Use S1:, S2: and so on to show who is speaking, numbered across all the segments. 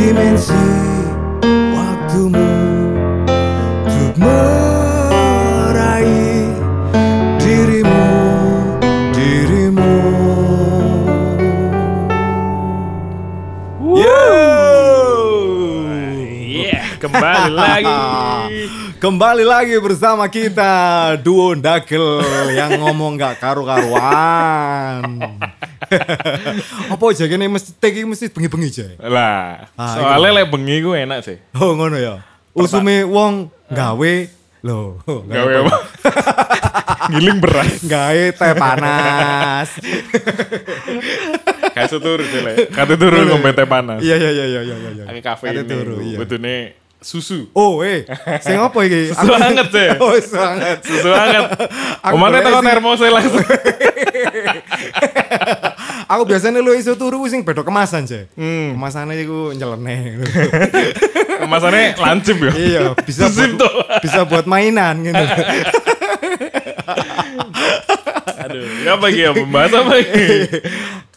S1: isi waktumu Untuk meraih dirimu, dirimu
S2: Iya, Kembali lagi.
S1: Kembali lagi bersama kita Duo Dakel yang ngomong gak karu-karuan. Apa aja kene mesti teki mesti bengi-bengi aja.
S2: Lah,
S1: Ah,
S2: soalnya lek bengi ku enak sih.
S1: Oh ngono ya. Usume wong gawe lho.
S2: Gawe apa? Giling beras.
S1: Gawe teh panas.
S2: Kayak setur sih lek. Kate turu ngombe teh panas.
S1: Iya iya iya iya iya iya.
S2: Angin kafein.
S1: Kate turu, iya.
S2: Betune susu.
S1: Oh, eh, sing apa iki?
S2: Susu
S1: Aku-
S2: anget, Cek.
S1: Oh, susu anget.
S2: Susu hangat.
S1: Aku boleh
S2: Omane teko
S1: sih.
S2: termose langsung.
S1: Aku biasanya lu iso turu ku sing bedok kemasan, Cek.
S2: Hmm.
S1: Kemasannya iku nyeleneh.
S2: Kemasannya lancip ya.
S1: iya, bisa
S2: Susu
S1: buat,
S2: tuh.
S1: bisa buat mainan gitu.
S2: Aduh, ya apa iki ya pembahas apa iki?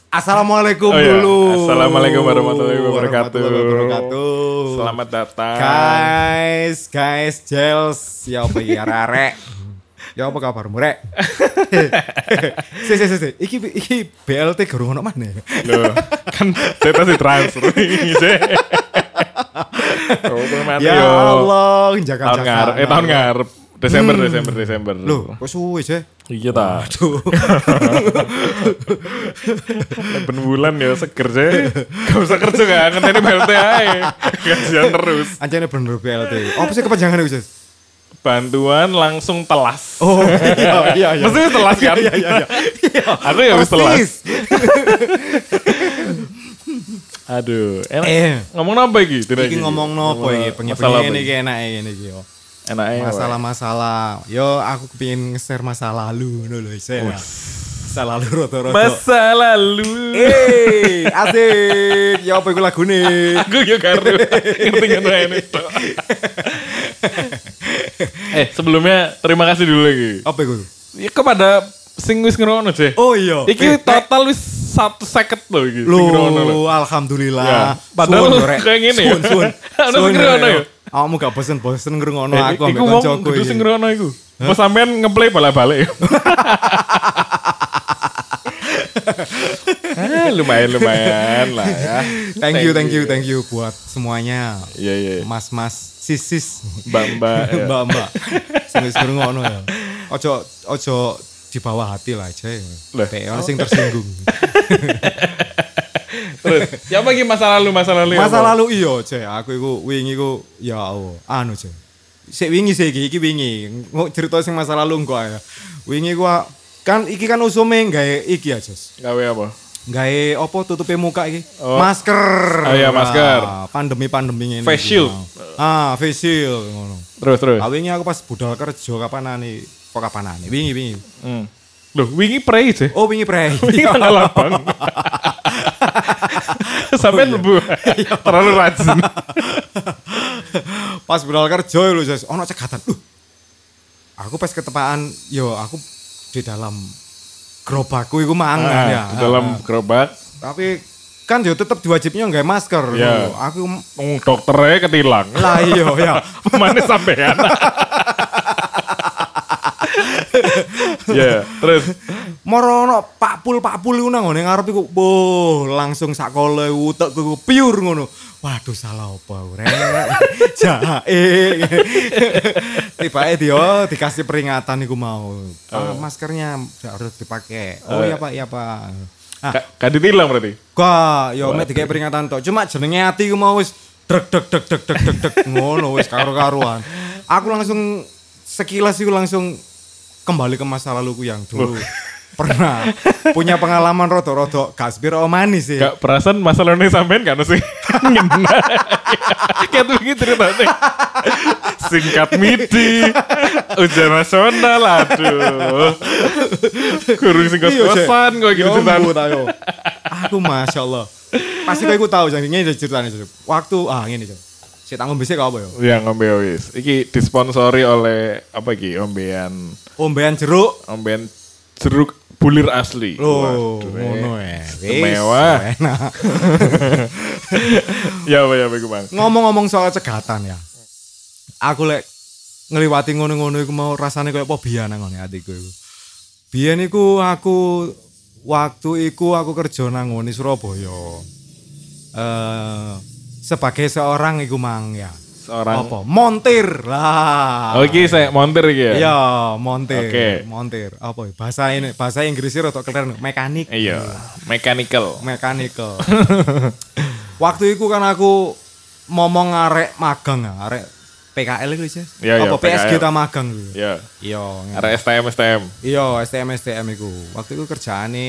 S1: Assalamualaikum
S2: Oh, iya.
S1: dulu.
S2: Assalamualaikum warahmatullahi wabarakatuh.
S1: Warahmatullahi wabarakatuh.
S2: Selamat datang.
S1: Kan. Guys, guys, Jels, ya apa ya rare? Ya apa kabarmu rek? si si si si, iki iki BLT guru ngono mana? Ya
S2: Loh, kan saya sih transfer Iya. ini. Oh, mati
S1: Ya
S2: yo.
S1: Allah, jaga
S2: Tahun ngarep, eh tahun ngarep. Desember, Desember, Desember.
S1: iya. Hmm. Loh, kok suwe sih?
S2: Iya ta. Ben bulan ya seger sih. Gak usah kerja kan, ngenteni BLT ae. Gajian terus.
S1: Anjane bener BLT. Apa sih kepanjangan itu, Jess?
S2: Bantuan langsung telas.
S1: Oh, iya iya iya.
S2: Mesti telas kan?
S1: Iya iya iya.
S2: Aku ya wis telas.
S1: Persis.
S2: Aduh, enak.
S1: Eh.
S2: Ngomong apa iki? Tidak
S1: Iki ngomong nopo iki,
S2: Masalah
S1: pengen
S2: Iya, apa
S1: ini
S2: iki?
S1: iki enak ini iki yo.
S2: Enak ae.
S1: Masalah-masalah. Yo aku kepengin nge-share masa lalu ngono lho ya. Jess. Masa lalu roto-roto.
S2: Masa lalu.
S1: Eh, asik. Ya apa iku lagune?
S2: Aku yo karo ngerti ngono ae nih, Tok. Eh, sebelumnya terima kasih dulu lagi.
S1: Apa iku?
S2: Ya kepada sing wis ngrono, Jeh.
S1: Oh iya.
S2: Iki
S1: Eh,
S2: total wis satu seket loh iki. sing ngrono lho.
S1: Lho, alhamdulillah.
S2: Ya. Padahal
S1: Suwun, Rek.
S2: kayak gini ya.
S1: Suwun, suwun.
S2: Ana sing
S1: Suwun,
S2: ngrono
S1: Rek.
S2: ya?
S1: Awakmu gak bosen-bosen ngrungokno
S2: Eh,
S1: aku ambek
S2: iku wong
S1: kancaku
S2: kudu
S1: iki.
S2: sing ngrono iku. Pas sampean ngeplay bala-balik. ah, lumayan lumayan lah ya.
S1: Thank you, thank you, thank you buat semuanya.
S2: Iya iya.
S1: Mas-mas, sis-sis,
S2: Mbak-mbak. ya.
S1: mbak-mbak. Sing wis ngrungokno ya. Ojo ojo di bawah hati lah aja ya.
S2: Lah.
S1: Kayak orang sing tersinggung.
S2: Terus, siapa lagi masa lalu masa lalu? ya,
S1: Masa
S2: Bang?
S1: lalu iya, Cek. Aku iku wingi iku ya Allah, anu, Cek. Sik wingi sih iki, iki wingi. Ngok cerita sing masa lalu engko ya. Wingi gua kan iki kan usume gawe iki ya, Jos.
S2: Gawe apa?
S1: Gawe apa tutupi muka iki?
S2: Oh.
S1: Masker. Ah,
S2: Oh iya, masker.
S1: pandemi-pandemi ngene.
S2: Face
S1: iki,
S2: shield.
S1: nah. Ah, face shield ngono.
S2: Terus terus.
S1: Ah wingi aku pas budal kerja kapanane? Kok kapanane? Wingi wingi.
S2: Hmm. Loh, wingi pray sih.
S1: Oh, wingi pre.
S2: Wingi tanggal 8. Sampai
S1: Oh, iya.
S2: lebu. Terlalu rajin.
S1: pas budal kerja ya, lho Jas ono cegatan Duh. aku pas ketepaan yo aku di dalam gerobakku iku mangan
S2: Nah,
S1: ya
S2: di dalam gerobak.
S1: tapi kan yo tetep diwajibnya nggak masker
S2: Iya.
S1: lho. aku
S2: Wong dokternya ketilang.
S1: lah iyo ya
S2: Mana sampean? Ya, terus
S1: moro ono pak pul pak pul iku nang ngone ngarep iku boh langsung sakole utek ku piur ngono waduh salah apa rek jae tiba dia dikasih peringatan iku mau "Ah, maskernya nggak harus dipakai oh iya pak iya pak ah
S2: ka- kadi tilang berarti.
S1: gua yo mek dikai peringatan tok cuma jenenge ati ku mau wis deg deg deg deg deg deg deg ngono wis karo-karuan aku langsung sekilas iku langsung kembali ke masa laluku yang dulu pernah punya pengalaman roto-roto gasbir manis sih
S2: Gak perasaan masalahnya sampean kan sih ngena. Kayak tuh gitu ceritanya. Singkat midi, ujian nasional, aduh. Kurung singkat
S1: Iya, Cek.
S2: kosan, kok gitu
S1: Ya ampun,
S2: ceritanya.
S1: ayo. Aku masya Allah. Pasti kau ikut tahu jadi ini ceritanya Cek. Waktu ah ini Cek. Si tanggung bisik apa ya?
S2: Ya ngombe wis. Iki disponsori oleh apa iki? Ombean
S1: Ombean jeruk.
S2: ombean jeruk bulir asli.
S1: Loh,
S2: Waduh, eh.
S1: ngono ya. Wis,
S2: Mewah.
S1: Enak.
S2: ya apa ya apa iku, Bang.
S1: Ngomong-ngomong soal cegatan ya. Aku lek ngeliwati ngono-ngono iku mau rasane koyo apa biyen nang ngene atiku iku. Biyen iku aku waktu iku aku kerja nang ngene Surabaya. Eh sebagai seorang iku mang ya.
S2: Seorang
S1: Apa? Montir lah.
S2: Oke, saya montir iki ya.
S1: Ah. Iya, montir.
S2: Oh Oke.
S1: Montir. Apa ya? bahasa ini bahasa Inggrisnya rotok keren mekanik.
S2: Iya, mechanical.
S1: mechanical. Waktu itu kan aku ngomong arek magang ya, arek PKL itu sih.
S2: Iya, iya,
S1: Apa PSG
S2: PKL.
S1: ta magang gitu.
S2: Iya.
S1: Iya. nge-
S2: Ada STM STM.
S1: Iya, STM STM iku. Waktu itu kerjaane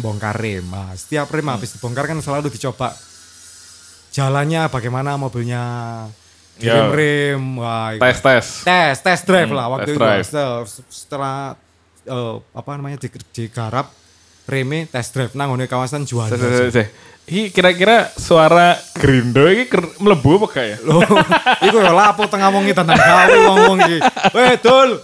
S1: bongkar rem. Nah, setiap rem habis dibongkar kan selalu dicoba jalannya bagaimana mobilnya. Direm
S2: Iya.
S1: rem. Wah, iku.
S2: Tes tes. Hmm,
S1: tes tes drive lah waktu
S2: test
S1: itu
S2: drive.
S1: setelah, setelah, eh, apa namanya di, digarap reme tes drive nang ngone kawasan
S2: Tes,
S1: Juanda
S2: tes, tes, tes. Iki kira-kira suara grindo ini ker- melebu apa gak ya?
S1: Loh, iku ya lapo tengah wongi tentang gawe wong-wong iki. Weh, Dul.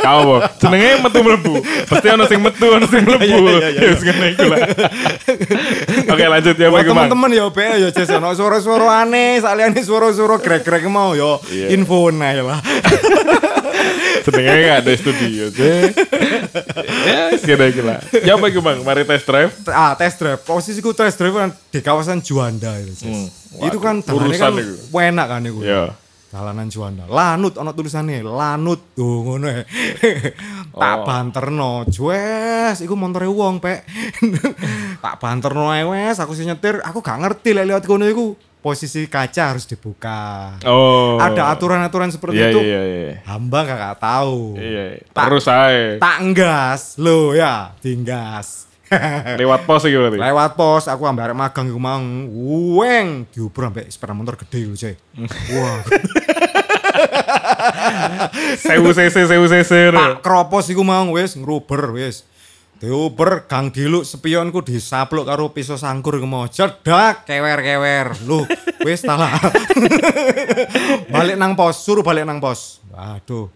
S2: Kau apa? Jenenge metu melebu. Pasti ono sing metu, ono
S1: Iya,
S2: sing melebu. Ya wis ngene iku lah. Oke, lanjut ya Pak
S1: Buat
S2: Gumang.
S1: temen-temen ya be ya jes ono suara-suara aneh, saliyane suara-suara grek-grek mau yo
S2: Iya.
S1: info ae lah.
S2: Jenenge gak ada studio. Cek. Ya wis ngene iku lah. Ya Pak Gumang, mari tes drive.
S1: Ah, test drive. Posisiku test drive kan di kawasan Juanda itu, Jes.
S2: Hmm.
S1: Itu kan
S2: Waduh,
S1: dalannya kan
S2: urusan
S1: enak kan iku.
S2: Ya.
S1: Jalanan Juanda. Lanut ono tulisannya Lanut. Tuh ngono e. Tak
S2: Oh.
S1: banterno, jues, iku montore wong, Pek. tak banterno ae wes, aku sing nyetir, aku gak ngerti lek liwat kono iku. Posisi kaca harus dibuka.
S2: Oh.
S1: Ada aturan-aturan seperti
S2: Iya
S1: itu.
S2: iya iya.
S1: Hamba kakak tahu.
S2: Iya.
S1: Tak-
S2: Terus ae.
S1: Tak enggas, lo ya, tinggas.
S2: Lewat pos iki berarti.
S1: Lewat pos aku ambil arek magang iku mang. Weng, diuber ambek sepeda motor gede lho, Coy. Wah,
S2: Sewu cc, sewu cc.
S1: tak kropos iku mang wis ngruber wis. Diuber gang diluk sepionku disapluk karo pisau sangkur iku mau jedak kewer-kewer. Lho, wis talah. balik nang pos, suruh balik nang pos. Waduh.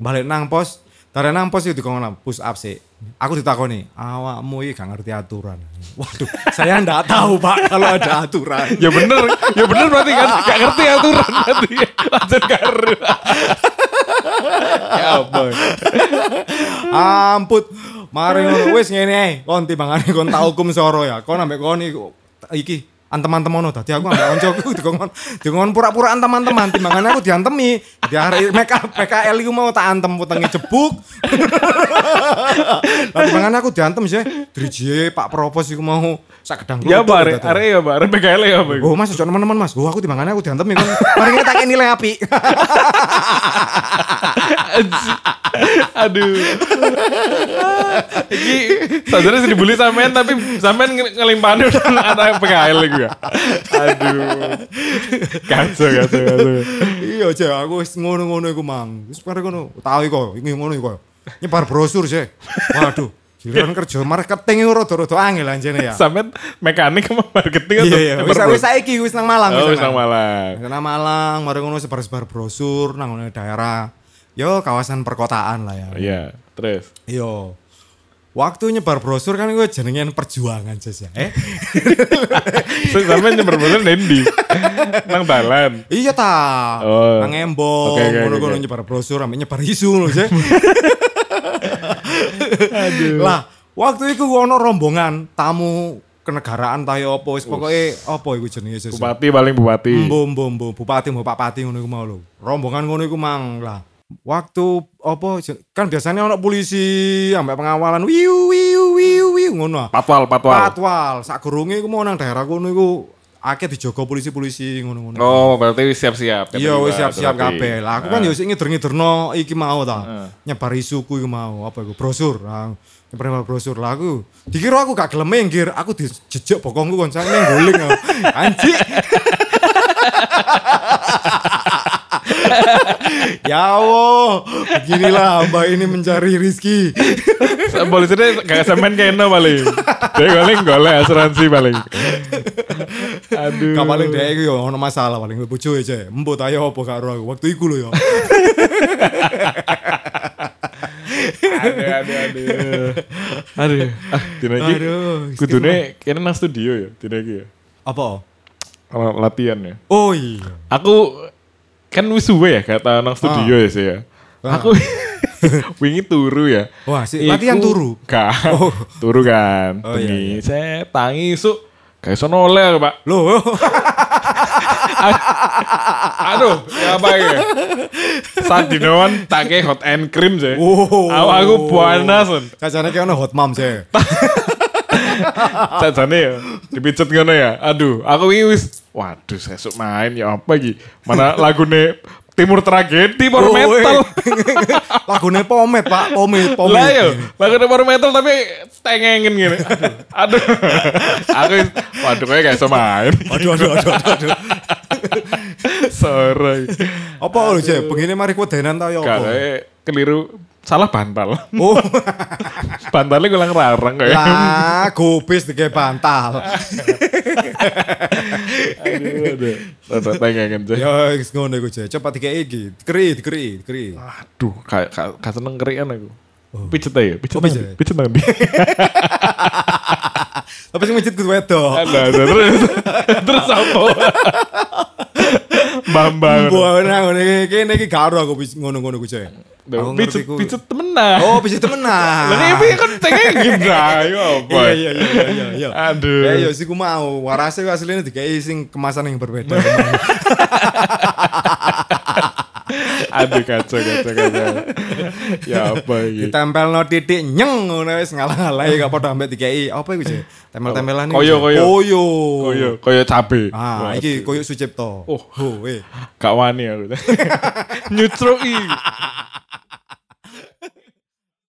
S1: Balik nang pos, tarik nang pos itu dikongkon push up sih. Aku ditakoni, awakmu iki gak ngerti aturan. Waduh, saya ndak tahu Pak kalau ada aturan.
S2: Ya bener, ya bener berarti kan gak ngerti aturan berarti. Lanjut karo. Ya boy.
S1: Amput. Mari ngono wis ngene ae. Kon timbangane kon tak hukum soro ya. Kon ambek kon iku iki antem-antem ono dadi aku ambek koncoku dikon dikon pura-pura antem-anteman timbangane aku diantemi. Di arek make- PKL iku mau tak antem wetenge jebuk. Lah timbangane aku diantem sih. Driji Pak Propos iku mau sak gedang
S2: Ya
S1: kelutuk
S2: bare,
S1: dadi.
S2: are ya bare PKL ya boy.
S1: Oh mas, cocok teman-teman mas. Oh aku timbangane aku diantem ya. kon. Mari kita tak nilai api.
S2: Aduh. Iki saudara sih dibully sampean tapi sampean nge- ngelimpani udah anak PKL gue. ya? Aduh. Kacau, kacau, kacau.
S1: iya cek aku wis ngono-ngono iku mang wis pare ngono tahu iku iki ngono iku nyebar brosur cek waduh giliran kerja marketing iku rada-rada angel anjene ya
S2: Sampean mekanik sama marketing
S1: iya
S2: atau
S1: iya wis
S2: Bro?
S1: wis saiki wis nang Malang
S2: Oh, wis nang
S1: nang
S2: Malang.
S1: Wis nang Malang mari ngono sebar-sebar brosur nang ngono daerah yo kawasan perkotaan lah ya
S2: Iya, terus.
S1: Yo. Waktu nyebar brosur kan gue jenengan perjuangan jas ya. Eh?
S2: Terus sampean nyebar-nyebar nendi? Nang dalan.
S1: Iya ta.
S2: Oh.
S1: Nang embong
S2: Oke, oke,
S1: ngono-ngono
S2: oke.
S1: nyebar brosur ambek nyebar isu lho, Cek. Lah, waktu itu ono rombongan tamu kenegaraan tayo apa wis pokoke apa iku jenenge Jas.
S2: Bupati paling bupati.
S1: Mbo mbo mbo bupati mbo Pak Pati ngono iku mau lho. Rombongan ngono iku mang lah. Waktu apa jen- kan biasanya ono polisi ambek pengawalan wiu wiu wiu wiu ngono.
S2: Patwal, patwal.
S1: Patwal, sak gurunge iku mau nang daerah kono iku akeh dijogo polisi-polisi ngono-ngono.
S2: Oh, berarti wis siap-siap.
S1: Iya wis siap-siap
S2: Berarti.
S1: kabeh. Lah aku kan
S2: Ah.
S1: yo sik ngeder-ngederno iki mau ta. Nyebar isuku iku mau apa iku brosur. Nah, nyebar brosur lah aku. Dikira aku gak gelem minggir, aku dijejek bokongku kon sak ning guling. Anjir. ya Allah, beginilah hamba ini mencari rizki.
S2: Polisinya gak sampean kena paling. Dia paling golek asuransi paling. Aduh.
S1: Gak paling deh, iku yo ono masalah paling bojo aja. Mbok tayo apa karo aku waktu iku lho yo.
S2: Aduh, aduh, aduh. Aduh. Ah, dina iki
S1: Aduh,
S2: kudune kene nang studio ya, dina iki ya.
S1: Apa?
S2: Kalau latihan ya.
S1: Oh iya.
S2: Aku kan wis suwe ya kata
S1: Ah.
S2: nang studio ya sih ya. Aku wingi turu ya.
S1: Wah, sih, Ah. latihan
S2: Iku-
S1: turu?
S2: Kan.
S1: Oh.
S2: Turu kan.
S1: Oh, iya,
S2: bengi. Saya tangi su kayak iso noleh aku, Pak.
S1: Loh,
S2: Aduh, ya apa ya? Saat dinoan take hot and cream sih.
S1: Oh.
S2: Aku aku panas.
S1: kacanya kayak ono hot mom sih.
S2: Cacane ya dipijet ngono ya. Aduh, aku wingi wis waduh sesuk main ya apa iki? Mana lagune Timur Tragedi power metal.
S1: Lagunya Oh, pomet, Pak. Pomet, pomet.
S2: Lah iya. yo, lagu power metal tapi tengengin gini. Aduh. aku waduh kayak gak bisa main.
S1: Aduh, aduh, aduh, aduh, aduh.
S2: Sorry.
S1: Apa lu sih? Begini mari kudenan tau ya apa?
S2: Karena keliru salah bantal.
S1: Oh,
S2: Bantalnya kurang rarang kayak.
S1: lah, gobis tiga bantal.
S2: Aduh, aduh. Aduh, Tengengin sih.
S1: Ya, wis ngono iku sih. Coba tiga iki, dikeri, dikeri, dikeri.
S2: Aduh, kayak ka, ka seneng kerian aku. Pijet aja, pijet
S1: Oh,
S2: nang
S1: pijet.
S2: ndi? pijet nang ndi?
S1: Tapi sing mijit kudu wedok.
S2: Aduh, aduh, Nah, terus terus apa? Bambang.
S1: Buana ngono iki, kene iki karo aku bis- ngono-ngono ku sih. Aku ngerti
S2: Nah, Pijet
S1: ku.
S2: pijet temenan.
S1: Oh, pijet temenan.
S2: Lah ini kan cengengin dah, ya apa?
S1: Iya, iya, iya, iya, iya, iya.
S2: Aduh.
S1: Ya, iya sih ku mau. Warase ku asline dikai sing kemasan yang berbeda.
S2: Aduh kacau kacau kacau. Ya apa gitu.
S1: Ditempel no titik nyeng ngono wis ngalah-ngalah ya gak padha ambek dikai. Apa iku sih? Tempel-tempelan
S2: Koyo,
S1: Sih. Koyo.
S2: koyo. Koyo koyo Oh, iya, cabe.
S1: Ah, iki koyo Sucipto.
S2: Oh.
S1: oh eh.
S2: Gak wani aku. Nyutrui.